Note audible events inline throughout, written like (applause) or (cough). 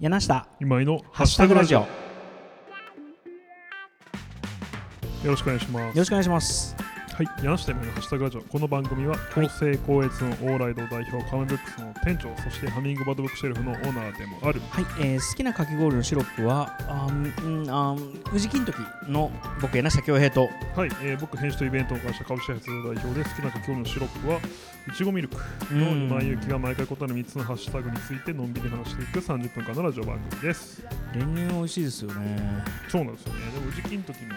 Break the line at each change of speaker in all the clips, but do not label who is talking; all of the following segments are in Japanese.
柳下
今井の
ハッシュタグラジオ
よ
よ
ろしくお願いします
ろしくお願いします
はい柳下今井のハッシュタグラジオこの番組は
い
公正高越のオーライド代表カムブックスの店長そしてハミングバードブックシェルフのオーナーでもある
はい、えー好きなかき氷のシロップはあーうんうんあー宇治金時の僕柳下恭平と
はい、えー僕編集とイベントの会社株式会社の代表で好きな今日のシロップはいちごミルクの
うん
今井ゆきが毎回答える3つのハッシュタグについてのんびり話していく30分間のラジオ番組です
練乳美味しいですよね
そうなんですよねでも宇治金時も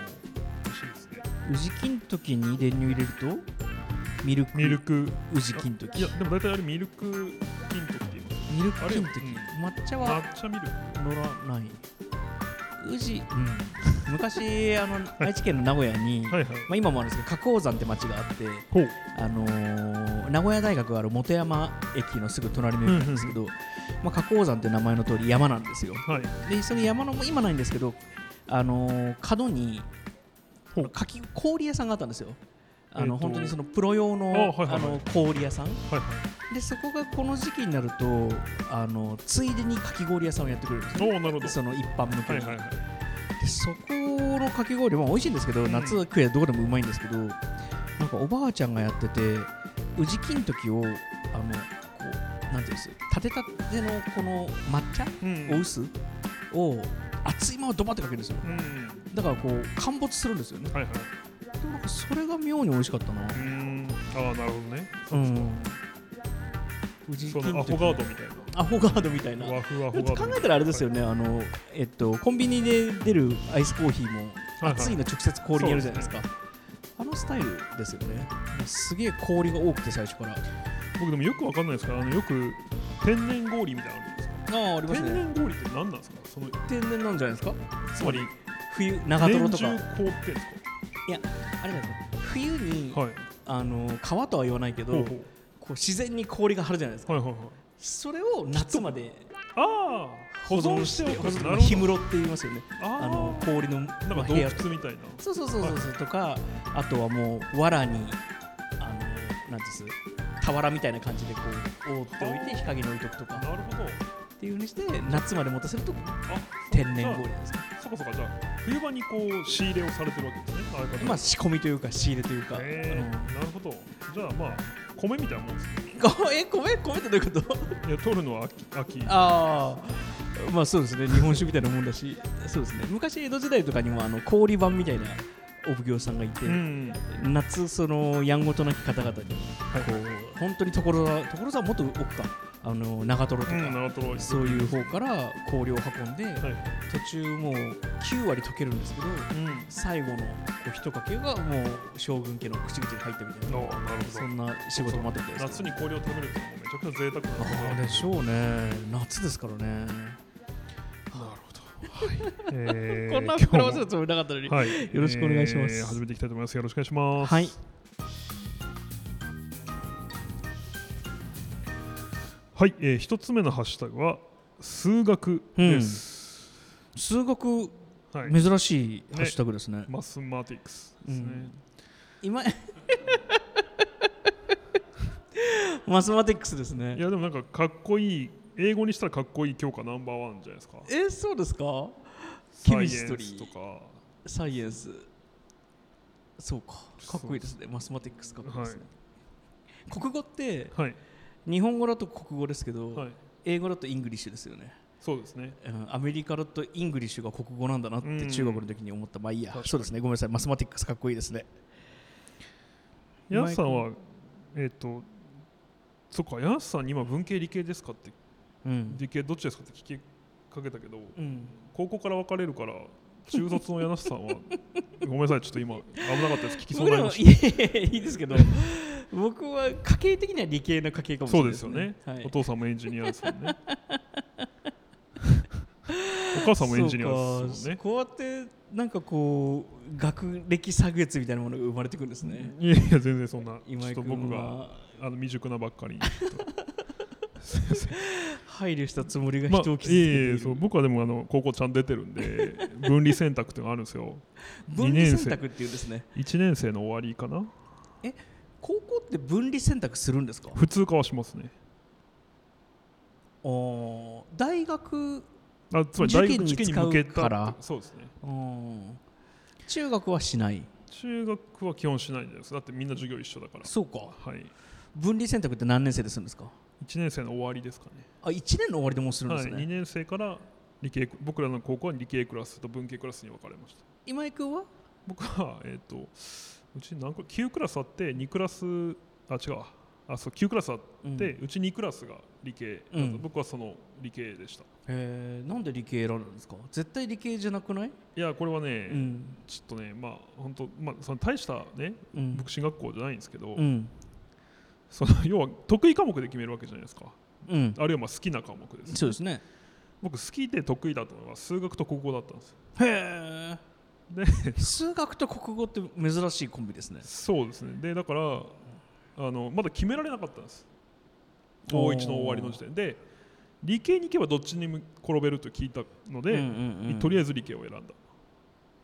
美味しいですね
宇治金時に練乳入れるとミルク
ミルク
宇治金時
いやでも大体あれミルク金時って言います
ミルク金時
あれ
抹茶は
抹茶ミルク
乗らない宇治、うん、昔あの愛知県の名古屋に、
はいはい
まあ、今もあるんですけど花崗山って町があって
ほう
あのー名古屋大学がある本山駅のすぐ隣の駅なんですけど、まあ、花崗山って名前の通り山なんですよ
はい
でその山の今ないんですけど、あのー角に
ほう
かき氷屋さんがあったんですよあの、
えーと
本当にそのプロ用の
あはいはいはい
あの氷屋さん
はいはい
でそこがこの時期になるとあのついでにかき氷屋さんをやってくれるんですよ
おおなるほど
その一般向け
はい
に、
はいはい
でそこのかき氷は美味しいんですけど、
ん
夏食えばどこでもうまいんですけどなんかおばあちゃんがやってて宇治金時をあのこうなんていうんです立てたてのこの抹茶
うん
お薄を熱いままドバってかけるんですよ
うん
だからこう陥没するんですよね
はいはい
でもなんかそれが妙に美味しかったな
うーんああなるほどね
うん宇治
そ
金時
のアフォガードみたいな
アフォガードみたいな
和風アフ
だ
ォ
って
ガ
考
ード
えたらあれですよね、あのえっとコンビニで出るアイスコーヒーも
はいはい
熱いの直接氷にやるじゃないですか、あのスタイルですよねすげえ氷が多くて最初からあ
僕でもよくわかんないですからあのよく天然氷みたいなのあるんですか
あありますね
天然氷って何なんですかその
天然なんじゃないですか
つまり
冬長
年
瀞
中
とかあ
凍
れ
ってんです
じゃないですか冬に、
かはい
あの川とは言わないけど
ほうほう
こう自然に氷が張るじゃないですか
はいはいはい
それを夏まで
ああ保存して
保
おく
存
なる
氷
ほ
室
ど
って言いますよねあの
ああ
氷の
なん
ま
か
あ
洞
部屋
窟みたいな
そうそうそうそうそうとかあとはもう藁にあのなんです俵みたいな感じでこう覆っておいて日陰に置いとくとか
なるほど
っていうふうにして夏まで持たせると
あ
天然氷なんですね
そこそこじゃあ冬場にこう仕入れをされてるわけですねああいう方々
まあ仕込みというか仕入れというか、
へーなるほどじゃあまあ米みたいなもんですね
あのごえ米米ってどういうこと (laughs)
いや取るのは秋秋
ああまあそうですね日本酒みたいなもんだしそうですね昔江戸時代とかにもあの氷版みたいなお奉行さんがいて、
うん
夏そのやんごとなき方々に
はい
こう本当に所沢所沢もっと奥かあの長瀞とか、
うん長瀞
そういう方から氷を運んで、
はい
途中もう9割溶けるんですけど
うん
最後のこう一かけがもう将軍家の口々に入ったみたいな
ああなるほ
そんな仕事もあったみたい
ど
です
夏
けど
に氷を食べるってのもめちゃくちゃ贅沢なこと
ああでしょうね夏ですからね、
(laughs) なるほど
こんな膨らませるつもりなかったのに、
はい
よろしくお願いします
えー始めていきたいと思いますよろしくお願いします
はい
はいえー一つ目のハッシュタグは数学です
数学
はい
珍しいハッシュタグですね
マスマティックスです
う
ね
ん今 (laughs) マスマティックスですね
いやでもなんかかっこいい英語にしたらかっこいい教科ナンバーワンじゃないですか
えそうですかケミストリー
サイ
サイ
エンスとか
エンスそうかかっこいいですねマスマティックスかっこいいですね、国語って
はい
日本語だと国語ですけど、
はい
英語だとイングリッシュですよね、
そうですね
うんアメリカだとイングリッシュが国語なんだなっ
う
て
ん
中学の時に思った、まあいいや
確かに
そうですねごめんなさいマスマティックスかっこいいですね
ヤンさんはえっ、とそっかヤンさんに今文系理系ですかって
うん、
理系どっちですかって聞きかけたけ
う
ど
ん、
高校から別れるから中卒の柳瀬さんは (laughs) ごめんなさいちょっと今危なかったです聞きそうに
僕
な
ら
り
も
ま
い
し
やいやいいですけど僕は家系的には理系の家系か
た
もしれ
そ
な
う
い
で
ですす
よ
ね
ね、お父さんもエンジニアですもん
(laughs)
ねお母さんもエンジニアです
そう
もん
かこうやってなんかこう学歴差別みたいなものが生まれてくるんですね
ねいやいや全然そんなちょ
今
っ
井
と僕
君
が
は
あの未熟なばっかりに
配慮したつもりが
ま
(laughs)
あ
人を傷つけ
い
て
え
い
いえ
る、
そう僕はでもあの高校ちゃんと出てるん
(laughs)
で分離選択っていうのがあるんですよ
分離選択っていうんですね
1年生の終わりかな
高校って分離選択するんですか
普通科はしますね
おー大学
あつまり大学受験に向けた
受験に使うから
そうですね
うん中学はしない
中学は基本しないんじゃないですかだってみんな授業一緒だから
そうか
はい
分離選択って何年生でするんですか
1年生の終わりですかね
あ1年の終わりでもうするんですね、
はい、2年生から理系僕らの高校は理系クラスと文系クラスに分かれました
今井君は
僕は、えっとうち何個9クラスあって2クラスあ違うわあそう9クラスあっ
うん
て、
へ
うち2クラスが理系、
うん
僕はその理系でした
えなんで理系選んだんですか絶対理系じゃなくない、
いやこれはね、
うん
ちょっとねまあ本当まあその大したね
うん
僕進学校じゃないんですけど、
うん
その要は得意科目で決めるわけじゃないですか
うん
あるいはまあ好きな科目です
そうですね
僕好きで得意だったのは数学と国語だったんですよ
へ
で
え数学と国語って珍しいコンビですね
そうですねでだからあのまだ決められなかったんです高1の終わりの時点で理系に行けばどっちにも転べると聞いたので、とりあ
え
えず理系を選んだ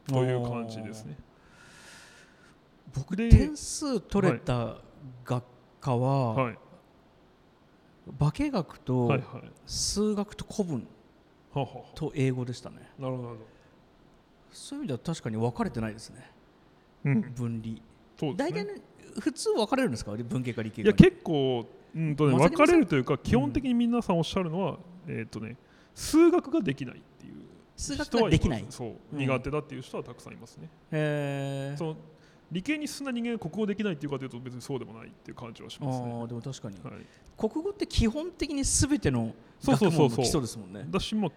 という感じですね
僕
で
点数取れた学科は、
はい
化学
はい
と
はいは
数学と古文
あはあ
と英語でしたね、
なるほどなるほど
そういう意味では確かに分かれてないですね
うん
分離
そうです
大
ね
体、ね、普通分かれるんですか文系か理系
い
か
や結構うんとね
まさ
分
き
か
もさ
れるというか基本的に皆さんおっしゃるのは、えーっとね数学ができないっていう
数学
人は
ができない
ま
へ
すそう、
うん
苦手だっていう人はたくさんいますね
え
その理系に進んだ人間が国語できないっていうかというと別にそうでもないっていう感じはし
あ
ますね、
ーでも確かに
はい、
国語って基本的に全ての
そうそ
学
うそ
問
うそ
の基
う
礎ですもんね
私も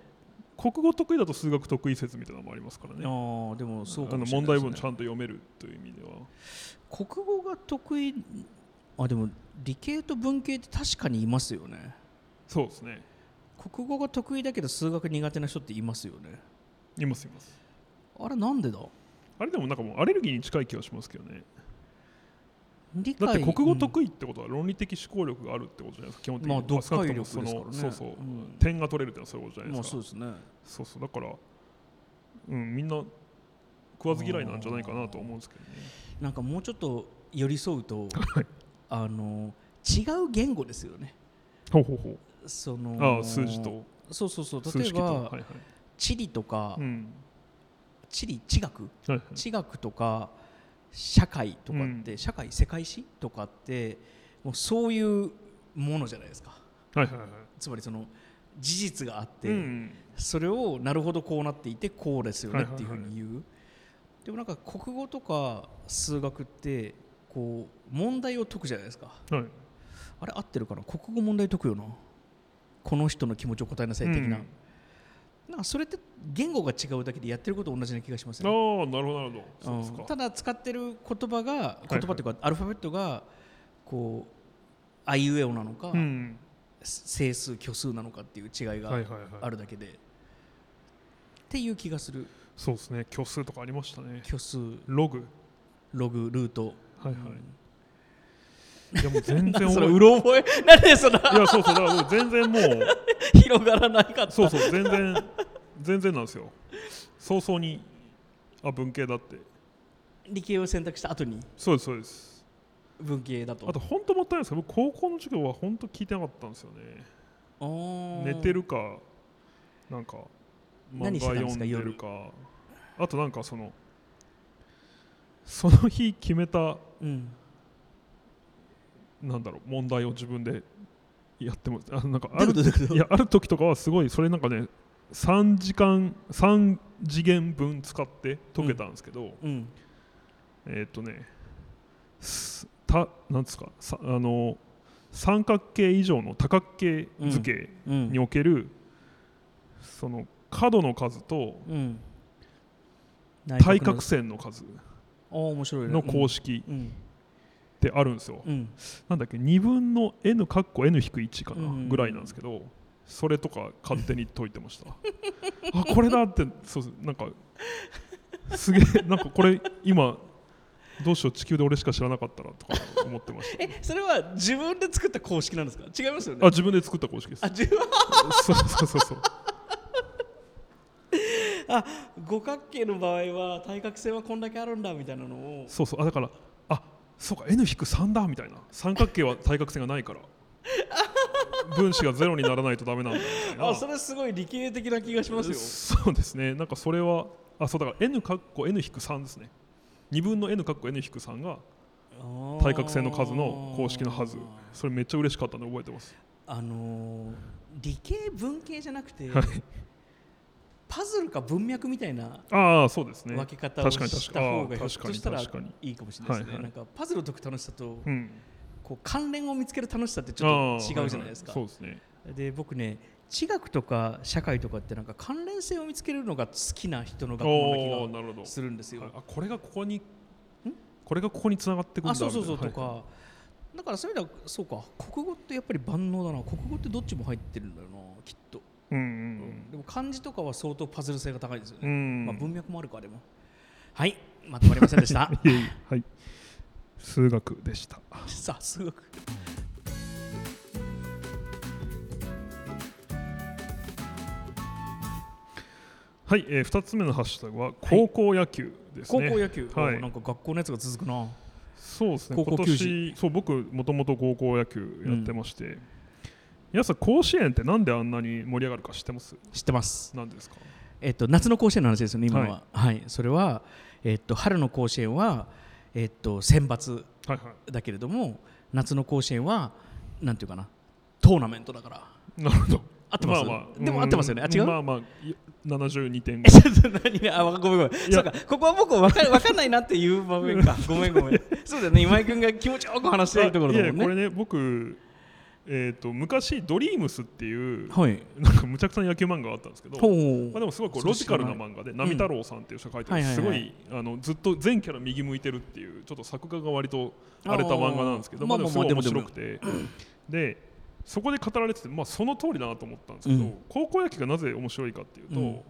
国語得意だと数学得意説みたいなのもありますからね
ああでもそうか
あの
もしれ
問
ないで
題
すね
文ちゃんと読めるという意味では
国語が得意あでも理系と文系って確かにいますよね
そうですね
国語が得意だけど数学苦手な人っていますよね
いますいます
あれなんでだ
あれでもなんかもうアレルギーに近い気がしますけどね
理解
だって国語
意、
得意ってことは論理的思考力があるってことじゃないですか基本的に
まあ読解力
少なくとも
ですから
その
ね
そうそう、
うん
点が取れるってのはそういうことじ
う
ゃ
ん
ない
ま
で
あ
すか、
そうですね
そうそうだからうんみんな食わず嫌いなんじゃないかなと思うんですけどね
なんかもうちょっと寄り添うとあの違う言語ですよね
ほうほうほう
その
ああ数字と
そうそうそう
数
例え
式と、
ば、
はいはい
地理とか、
うん
地理地学
はいはい、
地学とか社会とかって、社会世界史とかってもうそういうものじゃないですか
はいはいはい
つまりその事実があって、
うん
それをなるほどこうなっていてこうですよね
はい
っ
はい
ていう
は
ふ
いう
に言う、でもなんか国語とか数学ってこう問題を解くじゃないですか
はい
あれ合ってるかな国語問題解くよなこの人の気持ちを答えなさい的な、
うん
なんかそれって言語が違うだけでやってること同じな気がしますね
ああなるほどなるほどそうです
う
か
んただ使ってる言葉が
い
言葉というかアルファベットがこうあいうえおなのか、
うん
整数虚数なのかっていう違いが
はいはいはい
あるだけで、っていう気がする
そうですね虚数とかありましたね
虚数
ログ
ログルート
はいはいいやもう全然
なんで (laughs)
覚
そ
え
れうろ覚えなんでそんない
やそうそうだからもう全然もう
広がらなかった
そうそう全然全然なんですよ早々にあ文系だって
理系を選択した後に
そうですそうです
文系だと
あと本当もったいないですけど僕高校の授業は本当聞いてなかったんですよね寝
寝
てるかなんか漫
何して
画
たんで
読
す
ん
か
でるかあとなんかそのその日決めた
うん
なんだろう問題を自分でやってもあなんかあ
どういう
る
ことどういうこと
いやある時とかはすごいそれなんかね3時間3次元分使って解けたんですけど、
うん
えーっとねすたなんですかさあの三角形以上の多角形図形
うん
における、その角の数と
うん
対角
あ
線の数
あー面白いね
の公式
うん
ってあるんですよ、
うん
なんだっけ2分の n かっこ n-1 か
う
なんぐらいなんですけど、それとか勝手に解いてました (laughs) あこれだってそうそうなんかすげえなんかこれ今どうしよう地球で俺しか知らなかったらとか思ってました
えそれは自分で作った公式なんですか違いますよね
あ自分で作った公式です
あ自分
そうそうそうそう
あ五角形の場合は対角線はこんだけあるんだみたいなのを
そうそうあだから
(laughs)
あそうか n-3 だみたいな三角形は対角線がないから分子がゼロにならないとダメなんだみたいな
あそれすごい理系的な気がしますよ
そうですねなんかそれはあそうだから n かっこ n 引く3ですね2分の n かっこ n 引く3が対角線の数の公式のはずそれめっちゃ嬉しかったんで覚えてます
あのー理系文系じゃなくて、
はい
パズルか文脈みたいな
ああそうですね
分け方をした方が
確かに確
ひょ
かに
っとしたら
あー確かに確か
いいかもしれないですね、
はいはい
なんかパズルを解く楽しさと、
うん
こう関連を見つける楽しさってち
あ
ょっ
ー
と違うじゃないですか、
ははそうですね
で僕ね地学とか社会とかってなんか関連性を見つけるのが好きな人の学問
おお
な
ーなるほ
気
ど
がするんですよ
あこれがここにこれがここに繋がってくるんだ
あそうそうそう
みた
と
いな
か、
はい
だからそういう意味ではそうか国語ってやっぱり万能だな国語ってどっちも入ってるんだよなきっと、
うん
でも漢字とかは相当パズル性が高いですよ
うんう
ね、
ん
まあ、文脈もあるかでもはいまとまりませんでした
(laughs) いえいえはい数学でした
さあ数学
はい、えー、2つ目のハッシュタグは高校野球です
高
ね、
校野球、
はい
おなんか学校のやつが続くな
そうですね
高校
今
球児
年そう僕もともと高校野球やってまして、皆さん甲子園ってなんであんなに盛り上がるか知ってます
知ってます
なんでですか
えっと、夏の甲子園の話ですよね、今のは。はい、それは、えっと、春の甲子園は、えっと、選抜
はいは
だけれども、夏の甲子園は、なんていうかな、トーナメントだから。
いなるほど
合ってます、
まあまあ
でも合ってますよね。あ、
ん
違う、
まあまあい72点
え (laughs) ちょっと何ね、あ、ごめんごめん。
や
そうか、ここは僕分か分かんないなっていう場面か。ごめんごめん。そうだよね、今井君が気持ちよく話しているところだ
いや
もん
いやこ
ね。
れね僕えっ、と昔ドリームスっていう
はい。
なんかむちゃくちゃな野球漫画があったんですけど
ほう。
まあ、でもすごいこうロジカルな漫画で
ない
波太郎さんっていう人が書いてる
うん
すご
はいはい
いあのずっと全キャラ右向いてるっていうちょっと作画が割と荒れた漫画なんですけ
あ
ど
ー
まあで
まあ
もす
まあ
ごい
まあ
面
でも
白くてでそこで語られててまあその通りだなと思ったんですけど
うん
高校野球がなぜ面白いかっていう
うん
と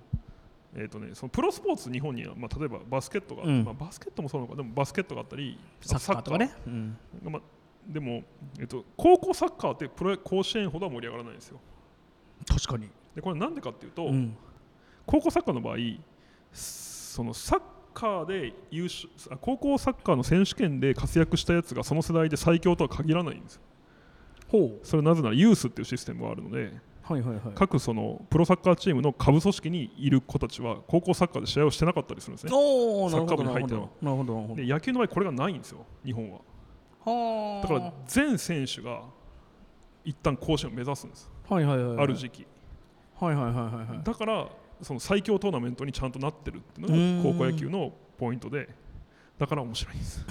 えーとねそのプロスポーツ日本にはまあ例えばバスケットがあって
うん
まあバスケットもそうなのかでもバスケットがあったり
サッカーとかね。うん。
まあでもえっと高校サッカーってプロ甲子園ほどは盛り上がらないんですよ
確かに。
でこれなんでかっていうと、
うん。
高校サッカーの場合そのサッカーで優勝あ高校サッカーの選手権で活躍したやつがその世代で最強とは限らないんですよ
ほ
それはなぜならユースっていうシステムがあるので
う。はいはいはい。
各そのプロサッカーチームの下部組織にいる子たちは高校サッカーで試合をしてなかったりするんですね
おお、な
サ
る
ッカ
ほ
ー部
ど
に
な
入
る
っ
ほ
て
ど
る
な
の。
るほどなるほど
で野球の場合これがないんですよ日本は
は
だ
ー
から全選手が一旦甲子園を目指すんです
はいはいはいはい
ある時期
はいはいはいはいはい
だからその最強トーナメントにちゃんとなってるっていう
う
の
ーん
が高校野球のポイントでだから面白いんです。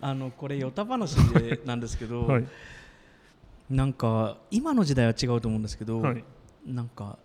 あのこれヨタ話でなんですけど、
(laughs) はい
なんか今の時代は違うと思うんですけど、
はい
なんか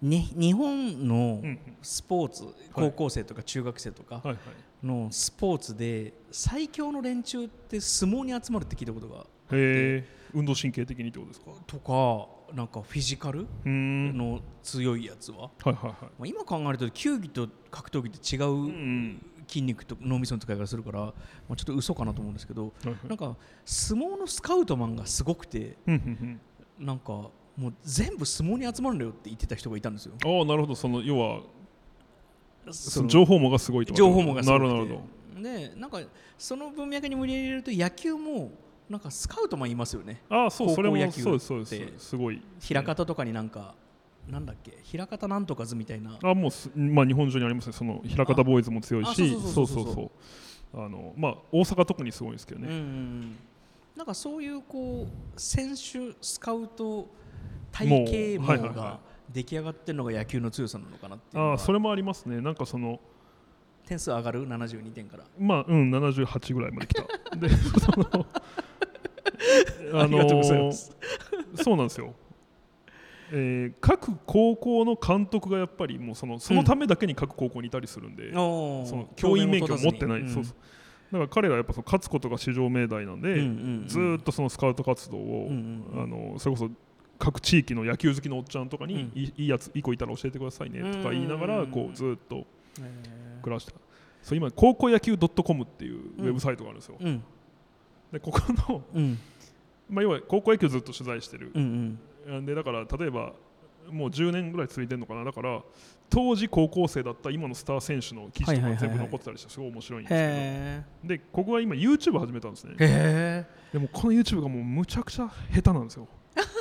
ね日本の
うんうん
スポーツ、高校生とか中学生とか
はいはい
のスポーツで最強の連中って相撲に集まるって聞いたことが
へえ運動神経的にってことですかう
とかなんかフィジカル
ーん
の強いやつは、
はいはいはい
まあ今考えると球技と格闘技って違う、
うん
筋肉と脳みその使い方するから、まあ、ちょっと嘘かなと思うんですけど
はいはい
なんか相撲のスカウトマンがすごくて
うんうん
なんかもう全部相撲に集まるんだよって言ってた人がいたんですよ。
うんああなるほどその要はそ
そ
の
の
情報網がすごいってこと
情報網がすごくて
なるほどなるほ
でなんかその文脈に無理やり入れると野球もなんかスカウトマンいますよね。
どああそう
高校
それも
野球
そうですそうで
って
すすごい
平方とかになんかなんだっけ平方なんとか図みたいな。
あもうすまあ日本中にありますねその平方ボーイズも強い
あ
し
あそ
そう
そ
うそう
そうそう
うそうあのまあ大阪特にすごいんですけど
うんう
ね
んうんなんかそういうこう選手スカウト体系
もうはい
網
はいはい
が出来上がってるのが野球の強さなのかなっていうの
あ
は
あそれもありますねなんかその
点数上がる72点から
まあうん78ぐらいまで来た
(laughs)
でその
ありがとうございます
(laughs) そうなんですよ、えー各高校の監督がやっぱりもうそのそのためだけに各高校にいたりするんで、
おー
その教員免許を持ってない、
うん
そうそうだから彼らはやっぱその勝つことが至上命題なんで、
うんうんうん
ずーっとそのスカウト活動を、
うんうんうん
あのそれこそ各地域の野球好きのおっちゃんとかに、
うん
いいいいやついい子いたら教えてくださいねとか言いなが
うんうん
ら
うん
こうずーっと
へ
暮らしたそう今高校野球 .com っていうウェブサイトがあるんですよ、
ーうん
でここの、
うん
まあ、要は高校野球ずっと取材してる
うんうん
でだから例えばもう10年ぐらい続いてるのかなだから当時高校生だった今のスター選手の記事と
はいはいはいは
か
い
全部残ってたりしてすごい面白いんですけど、
へ
でここは今 YouTube 始めたんですね
えへ
でもこの YouTube がもうむちゃくちゃ下手なんで
(laughs)
すよ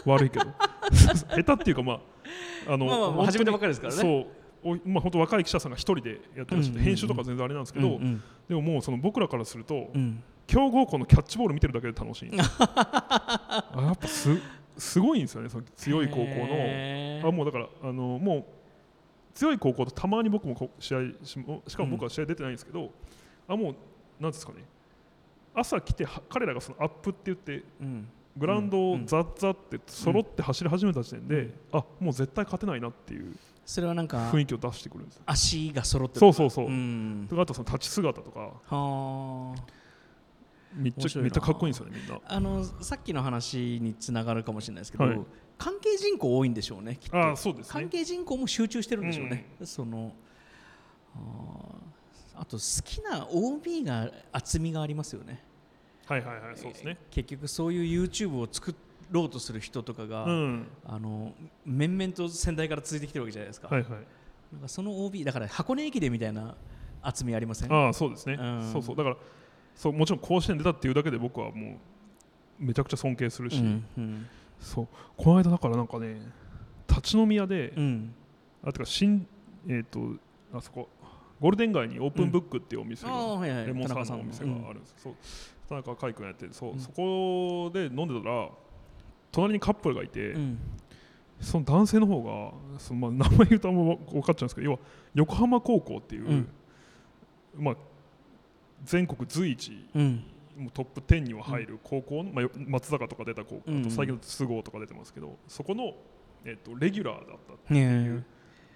悪いけど (laughs) 下手っていうかまああ
え
の、
まあまあまあ始めたばっかりですからね
そうおまあ本当若い記者さんが一人でやってらっし
う
ゃって、
んうんうん
編集とか全然あれなんですけど、
うんうん
でももうその僕らからすると
うん
強豪校のキャッチボール見てるだけで楽しい
(laughs)
あやっぱすすごいんですよねその強い高校の
へ
あ
え
もうだからあのもう強い高校とたまに僕もこう試合ししかも僕は試合出てないんですけど、あもうなんですかね朝来ては彼らがそのアップって言って
うん
グラウンド
う
を
ん
ザッザッって揃って走り始めた時点で、あもう絶対勝てないなっていう
それはなんか
雰囲気を出してくるんですよ
足が揃って
そうそうそう、
ん
とかあとその立ち姿とか
はあ
め
面
っち
白いな
ゃめっちゃかっこいいんですよねみんな
あのさっきの話につながるかもしれないですけど、
はい
関係人口多いんでしょうねきっと
ああそうですね
関係人口も集中してるんでしょうね、そのあーあと好きな OB が厚みがありますよね
はいはいはいそうですね、
結局そういう YouTube を作ろうとする人とかが、
うん
あの面々と先代から続いてきてるわけじゃないですか,、
はいはい
なんかその OB だから箱根駅伝みたいな厚みありません
ああそうですね、
うん
そうそうだからそうもちろん甲子園出たっていうだけで僕はもうめちゃくちゃ尊敬するし、
うんうん
そうこの間だからなんかね立ち飲み屋で、
うん
あてか新えっ、とあそこゴールデン街にオープンブックっていうお店
あ
が、
あはいはい
レモンサワーのお
田中
店
さ
が
ん
あるんです、そう田中海君やってそう、
うん
そこで飲んでたら隣にカップルがいて、
うんうん
その男性の方がその、まあ、名前言うとあんま分かっちゃうんですけど要は横浜高校っていう、
うん
まあ、全国随一
うん
もうトップ10には入る高校の、まあ、よ松坂とか出た高校、
うんうん
あと最近の都合とか出てますけどそこの、えっとレギュラーだった
ね
いう
え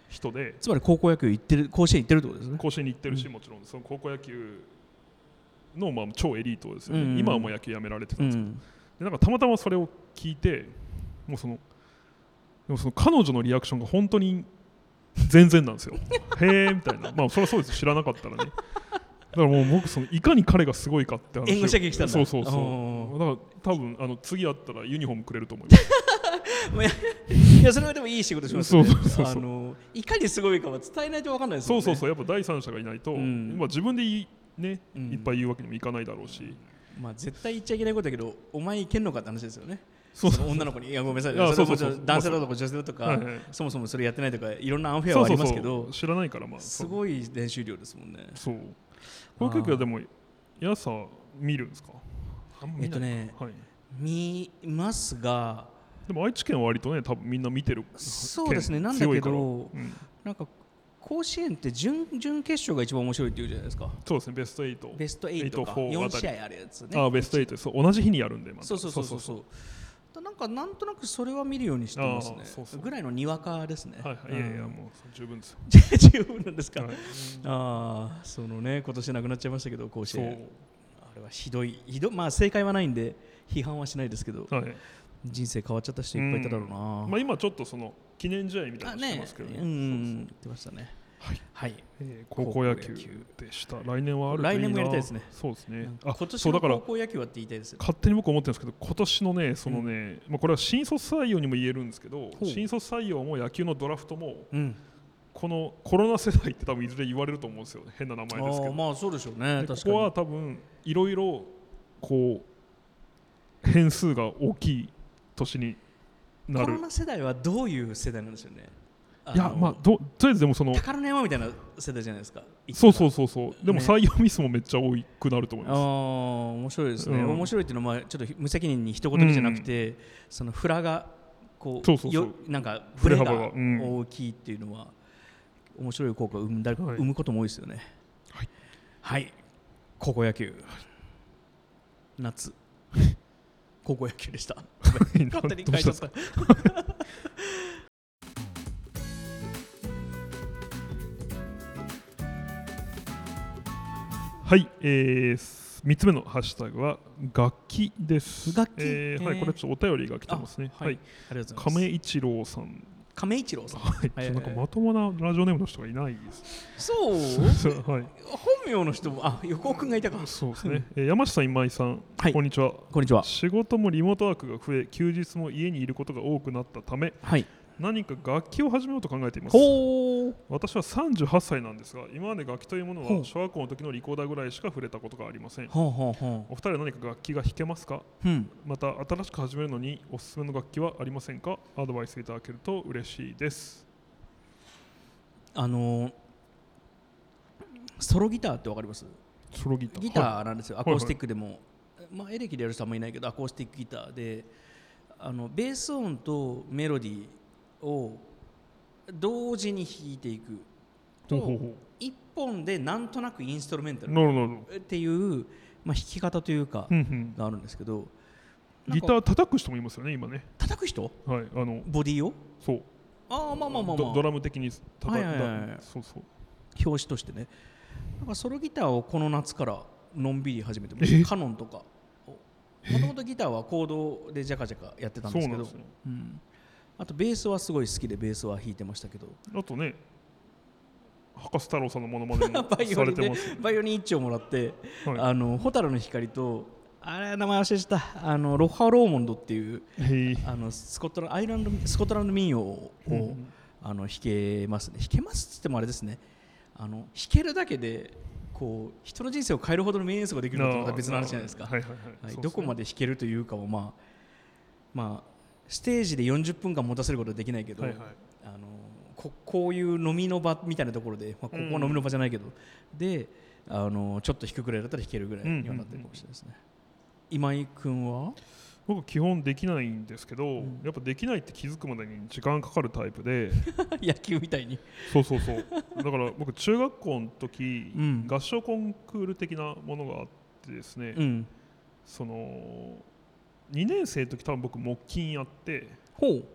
人で
つまり高校野球行ってる甲子園行ってるってことですね
甲子園に行ってるし、もちろんその高校野球の、まあ、超エリートですよね、
うんうん
今はもう野球やめられてた
うん
ですけど (laughs)
ん、
でなんかたまたまそれを聞いてもうそのでもその彼女のリアクションが本当に全然なんで
(laughs)
すよへえみたいなまあそれはそうです知らなかったらねだからもう僕そのいかに彼がすごいかって話を
援護射撃したんだ
そうそう
お
そうだから多分あの次会ったらユニフォームくれると思います
いやそれはでもいい仕事しますよね
そうそうそうそう
あのいかにすごいかは伝えないと分かんないです
そ
もんね
うそうそうやっぱ第三者がいないと、
うん
まあ、自分でいいね、
うん
いっぱい言うわけにもいかないだろうし、
まあ絶対言っちゃいけないことだけどお前いけんのかって話ですよね
そう
その女の子にいやごめんなさい
いや
それは
そうそうそう
もちろん男性だとか女性だとか、
はいはい
そもそもそれやってないとかいろんなアンフェア
そ
はあ
うそ
り
う
ます
そ
けど
う知らないからまあ
すごい練習量ですもんね
そう高校野球はでも安さ見るんですかあんま見ない
えっとね
はい
見ますが
でも愛知県は割とね、多分みんな見てる。
そうですね
県
なんだけ
強いから
ど
うん
なんか甲子園って準準決勝が一番面白いっていうじゃないですか
そうですね、ベスト8。
ベスト8とか
8 4
4
あたり
試合あるやつね
ああ、ベスト8、そう、同じ日にやるんで、また
そうそうそうそうそうだなんかなんとなくそれは見るようにしてますね
あーそうそう
ぐらいのにわかですね
はいはい、いやいや、
うん
もう十分ですよ。
(laughs) 十分なんですか、
はい
ああそのね今年なくなっちゃいましたけど甲子
そ
園
う、
あれはひどいひどいまあ正解はないんで批判はしないですけど
はい。
人生変わっちゃった人いっぱいいただろうな、
まあ今ちょっとその記念試合みた
あ
いなのして
ね
ますけど
う
ね。
ん言ってましたね
はい、
はい
えー高校野球でした。来年はあるといいな
来年もやりたいですね
そうですね。
今
そ
年
うだ
の
から
高校野球はって言いたいですよ
勝手に僕思ってるんですけど今年のねそのね、まあこれは新卒採用にも言えるんですけど
ほう
新卒採用も野球のドラフトも
うん
このコロナ世代って多分いずれ言われると思うんですよね変な名
あ
前ですけ
ー
ど、
まあそうでしょうね
でこ
確か
こ
に
は多分いろいろこう変数が大きい年にな
コ
る
ロナ世代はどういう世代なんですよね
いや
の
まあどとりあえずでもその
宝の山みたいな世代じゃないですか
そうそうそうそうでも
ね
採用ミスもめっちゃ多くなると思い
ああ
(laughs) ま
面白いですね、
うん
面白いっていうのはまあちょっと無責任に一言じゃなくて、そのフラがこう
そうそうそう
よなんか
振
ブ
れ
レ
幅
が
がうん
大きいっていうのは、面白い効果を生んだ、
はい
生むことも多いですよね
はい、
はい高校野球夏 (laughs) 高校野球で
(laughs)
した
すなんか
勝手に
ど
変
う
え
し
ち
た
ゃ
ん
っ
ですか
た
はいえー、3つ目のハッシュタグは楽器です
楽器
えーは
え
い
ー
これちょっとお便りが来てますね
あ
は、
はいいありがとうございます
亀一郎さん、
亀一郎さん
はい、
えー
ちょっとなんかまともなラジオネームの人がいないです。
そう
(laughs) はい、
本名の人もあ横尾君がいたか
(laughs) そうですね。えー山下さん、今井さん、
はい
こんにちは。
こんにちは
仕事もリモートワークが増え休日も家にいることが多くなったため
はい
何か楽器を始めようと考えています
ほう
私は38歳なんですが今まで楽器というもの
ほ
は
う
小学校の時のリコーダーぐらいしか触れたことがありません
ほうほうほ
お二人は何か楽器が弾けますか
ううん
また新しく始めるのにおすすめの楽器はありませんかアドバイスいただけると嬉しいです
あのーソロギターってわかります
ソロギター
ギタ
はい
ーなんですよ、
はい
アコースティックでも、まあ、エレキでやる人はあんまりいないけどアコースティックギターであのベース音とメロディーを同時に弾いていく
ほう
と
ほうほ
一本でなんとなくインストルメンタ
う
ル
なるほどなるほ
っていう、まあ、弾き方というか
どうんうん
があるんですけど
ギタ
ー
ー叩く人もいますよね今ね
叩く人
はいあの
ボディを
そう
ああまあまあまあま
ド
あ
ドラム的に
は
叩
いいはいはいはい
たそうそう
表紙としてねなんかソロギターをこの夏からのんびり始めてま
え
すカノンとかもともとギターはコードでジャカジャカやってたん
そ
です
う
け
なん
ど
ですね
うんあとベースはすごい好きでベースは弾いてましたけど
あとね博士太郎さんのものまで
(laughs)
も
バイ
さ
オリ
れ
ン
て
で
ますよね
バイオリン1丁もらって「
はい
あの蛍の光」とあれ名前忘れしたあのロハ・ローモンドっていう
へえ
あのスコットランアイルランドスコットランド民謡を、
うん
あの弾けますね弾けますっつってもあれですねあの弾けるだけでこう人の人生を変えるほどの名演奏ができるのとまた別の話じゃないですか、
はいはい
は
はいい。
どこま
で
で弾けるというかもまあまあステージで40分間持たせることはできないけど、
はいはい。
あのここういう飲みの場みたいなところで、まあ、ここは飲みの場じゃないけど、であのちょっと弾くぐらいだったら弾けるぐらいにはなってるかもしれないですね、今井君
(laughs)
は
僕基本できないんですけど、
ん
やっぱできないって気づくまでに時間かかるタイプで
野球みたいに
そうそうそうだから僕中学校の時、
うん
合唱コンクール的なものがあってですね、
うん
その2年生の時多分僕木琴やって
ほう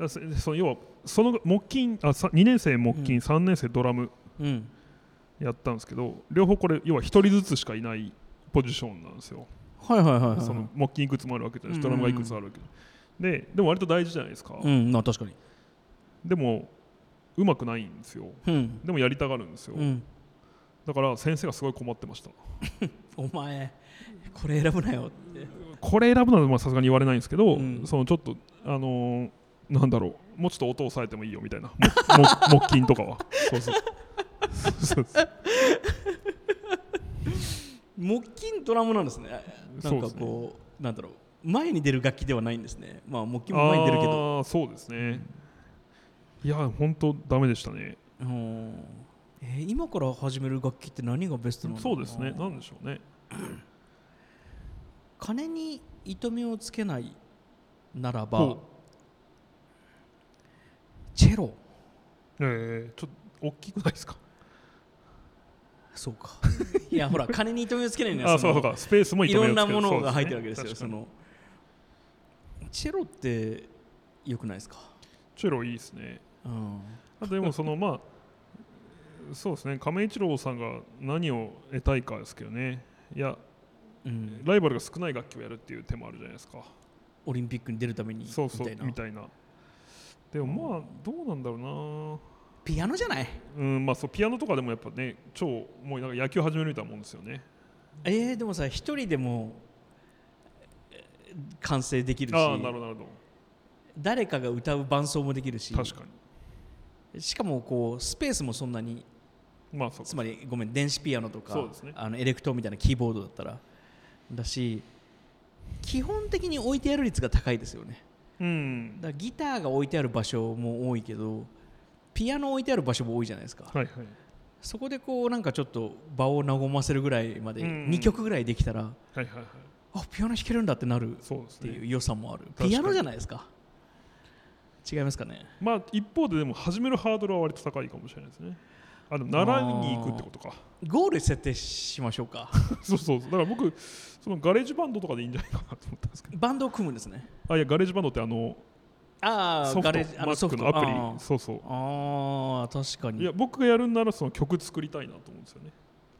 だそその要はその木琴あさ2年生木琴、
うん
3年生ドラム
うん、
やったんですけど両方これ要は1人ずつしかいないポジションなんですよ
はいはいはいはい
その木琴いくつもあるわけじゃないですか
うん
ド
うん
ラ
うん
ムがいくつあるわけでででも割と大事じゃないですか、
うんまあ確かに
でもうまくないんですよ
うん、
でもやりたがるんですよ、
うん、
だから先生がすごい困ってました
お前これ選ぶなよって
これ選ぶのはまあさすがに言われないんですけど、
うん
そのちょっとあのーなんだろうもうちょっと音を抑えてもいいよみたいなも (laughs) も木琴とかはそうそうそうそう
木琴ドラムなんですねな
そ
ん
う
か
ですね
こうなんだろう前に出る楽器ではないんですねまあ (laughs) 木琴も前に出るけど
あーそうですね、いや本当ダメでしたね
うんえー今から始める楽器って何がベストなの
そうですねなんでしょうね
金に糸目をつけないなら
ほ
ば
う
チェロ
えー、ちょっと大きくないですか
そうかいやほら金に糸目をつけないのよ
あそう
の
かそうかスペースも
い
糸
ろ
目を
ん
つけ
なものが入ってるわけです
そう
よ。
ね
そ
確かに
のチェロって良くないですか。
チェロいいですね
うん。
あとでもそのまあそうですね亀一郎さんが何を得たいかですけどねいや
うん、
ライバルが少ない楽器をやるっていう手もあるじゃないですか
オリンピックに出るためにみた
そ
いう
そうみたい
な
な。でもまあどうなんだろ
ピアノじゃない。
うなうんまあそうピアノとかでもやっぱね超もうなんか野球始めるみたいなもんですよね
えー、でもさ一人でもえー完成できるし
ああなるほどなるほ
誰かが歌う伴奏もできるし
ど確か
しかもこうスペースもそんなに
にまあそう
つまりごめん電子ピアノとか、
そうですね
あのエレクトーンみたいなキーボードだったらだし基本的に置いてやる率が高いですよね。
うん
だからギターが置いてある場所も多いけどピアノ置いてある場所も多いじゃないですか、
はいはい
そこでこうなんかちょっと場を和ませるぐらいまで
うんうん
2曲ぐらいできたら、
はいはいはい
あピアノ弾けるんだってなるっ
そうです
て
ね
いう良さもある、
かに
ピアノじゃないですか違いますかね
まあ一方ででも始めるハードルは割と高いかもしれないですね。あの習いに行くってことか。
ゴール設定しましょう (laughs) か
(laughs) そうそうそうだから僕そのガレージバンドとかでいいんじゃないかなと思ったんですけど。
バンドを組むんですね
あいやガレージバンドってあの
ああ
ソフ
ガ
ト
レージあ
マ
のソ
ッ
フ
ク
ト
のアプ
あ
リそうそ
ーあー確か
う。い
に
や僕がやるんならその曲作りたいなと思うんですよね。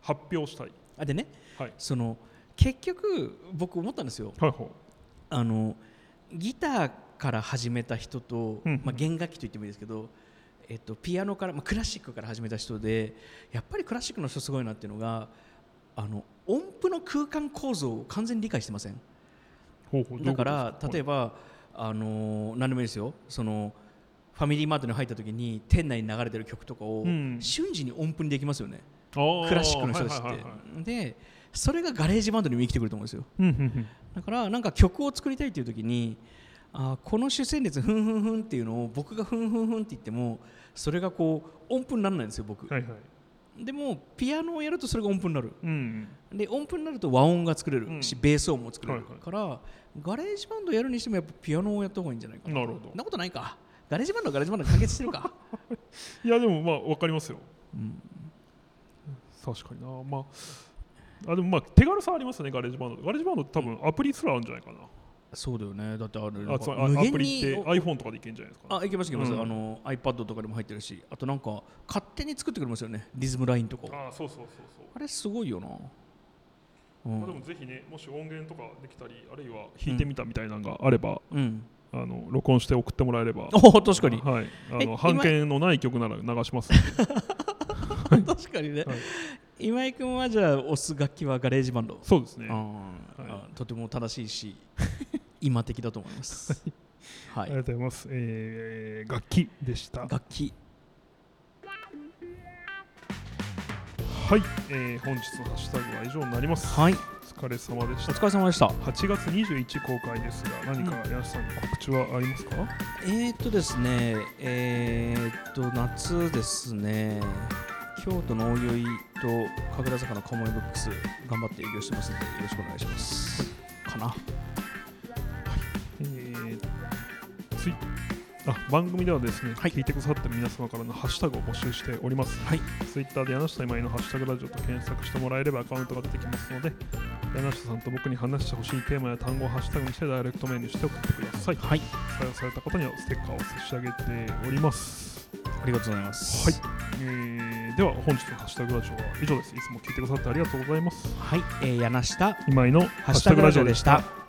発表したい。
あでね、
はい
その結局僕思ったんですよ
はいはい。
あのギターから始めた人と、
うん
まあ、弦楽器と言ってもいいですけど、えっと、ピアノから、まあ、クラシックから始めた人でやっぱりクラシックの人すごいなっていうのがあの音符の空間構造を完全に理解してません
ほうほう
だから例え
ば
ばあの何でもいいですよそのファミリーマートに入った時に店内に流れてる曲とかを
うん
瞬時に音符にできますよね、
あー
クラシックの人たちって、
はいはいはいはい
でそれがガレージバンドにも生きてくると思うんですよ
うんうんうん
だからなんか曲を作りたいという時にあーこの主旋律ふんふんふんっていうのを僕がふんふんふんって言ってもそれがこう音符にならないんですよ僕、
はいはい
でもピアノをやるとそれが音符になる
うん
で音符になると和音が作れるし、
うん
ベース音も作れる
はいはい
から、ガレージバンドやるにしてもやっぱピアノをやった方がいいんじゃないかな
なるほど
そんなことないかガレージバンドはガレージバンドで完結してる
(laughs)
か、
いやでもまあ分かりますよ
うん
確かになまああでもまあ手軽さありますねガレージバンドガレージバンド多分アプリすらあるんじゃないかな、
そうだよねだってあれなん
あつ
か
まりあ
無
ア
限
プリって
に
iPhone とかでいけるんじゃないですか、
あいけますいけます、
うん
あの iPad とかでも入ってるしあとなんか勝手に作ってくれますよねリズムラインとか
ああそうそうそうそう、
あれすごいよな、うん
まあ、でもぜひねもし音源とかできたりあるいは弾いてみたみたいなのがあれば、
うん、
あの録音して送ってもらえれば
おお確かに
はい、あ
え
の
今
版権のない曲なら流します、
(laughs) 確かにね、
はい
今井君はじゃあ押す楽器はガレージバンド
そうですね
あ
あ
ー
はい
あとても正しいし (laughs) 今的だと思います。 (laughs) はい、
りがとうございます、えー楽器でしたは
楽器
い、えー本日のハッシュタグは以上になります、
はい
お疲れ様でし
お
た
疲れ様でした。
8月21公開ですが何かやすさんに告知はありますか、
えー、っとですねえー、っと夏ですね京都の大宵と神楽坂のカモイブックス頑張って営業してますのでよろしくお願いします。かな
えーツイあ番組ではですね、
はい
聞いてくださってる皆様からのハッシュタグを募集しております、
はい
ツイッターで柳下今井のハッシュタグラジオと検索してもらえればアカウントが出てきますので柳下さんと僕に話してほしいテーマや単語をハッシュタグにしてダイレクトメールにして送ってください
はい
採用された方にはステッカーを差し上げております
ありがとうございます。
はいえーでは本日のハッシュタグラジオは以上ですいつも聞いてくださってありがとうございます
はい、えー、柳下
今井の
ハッシュタグラジオでした。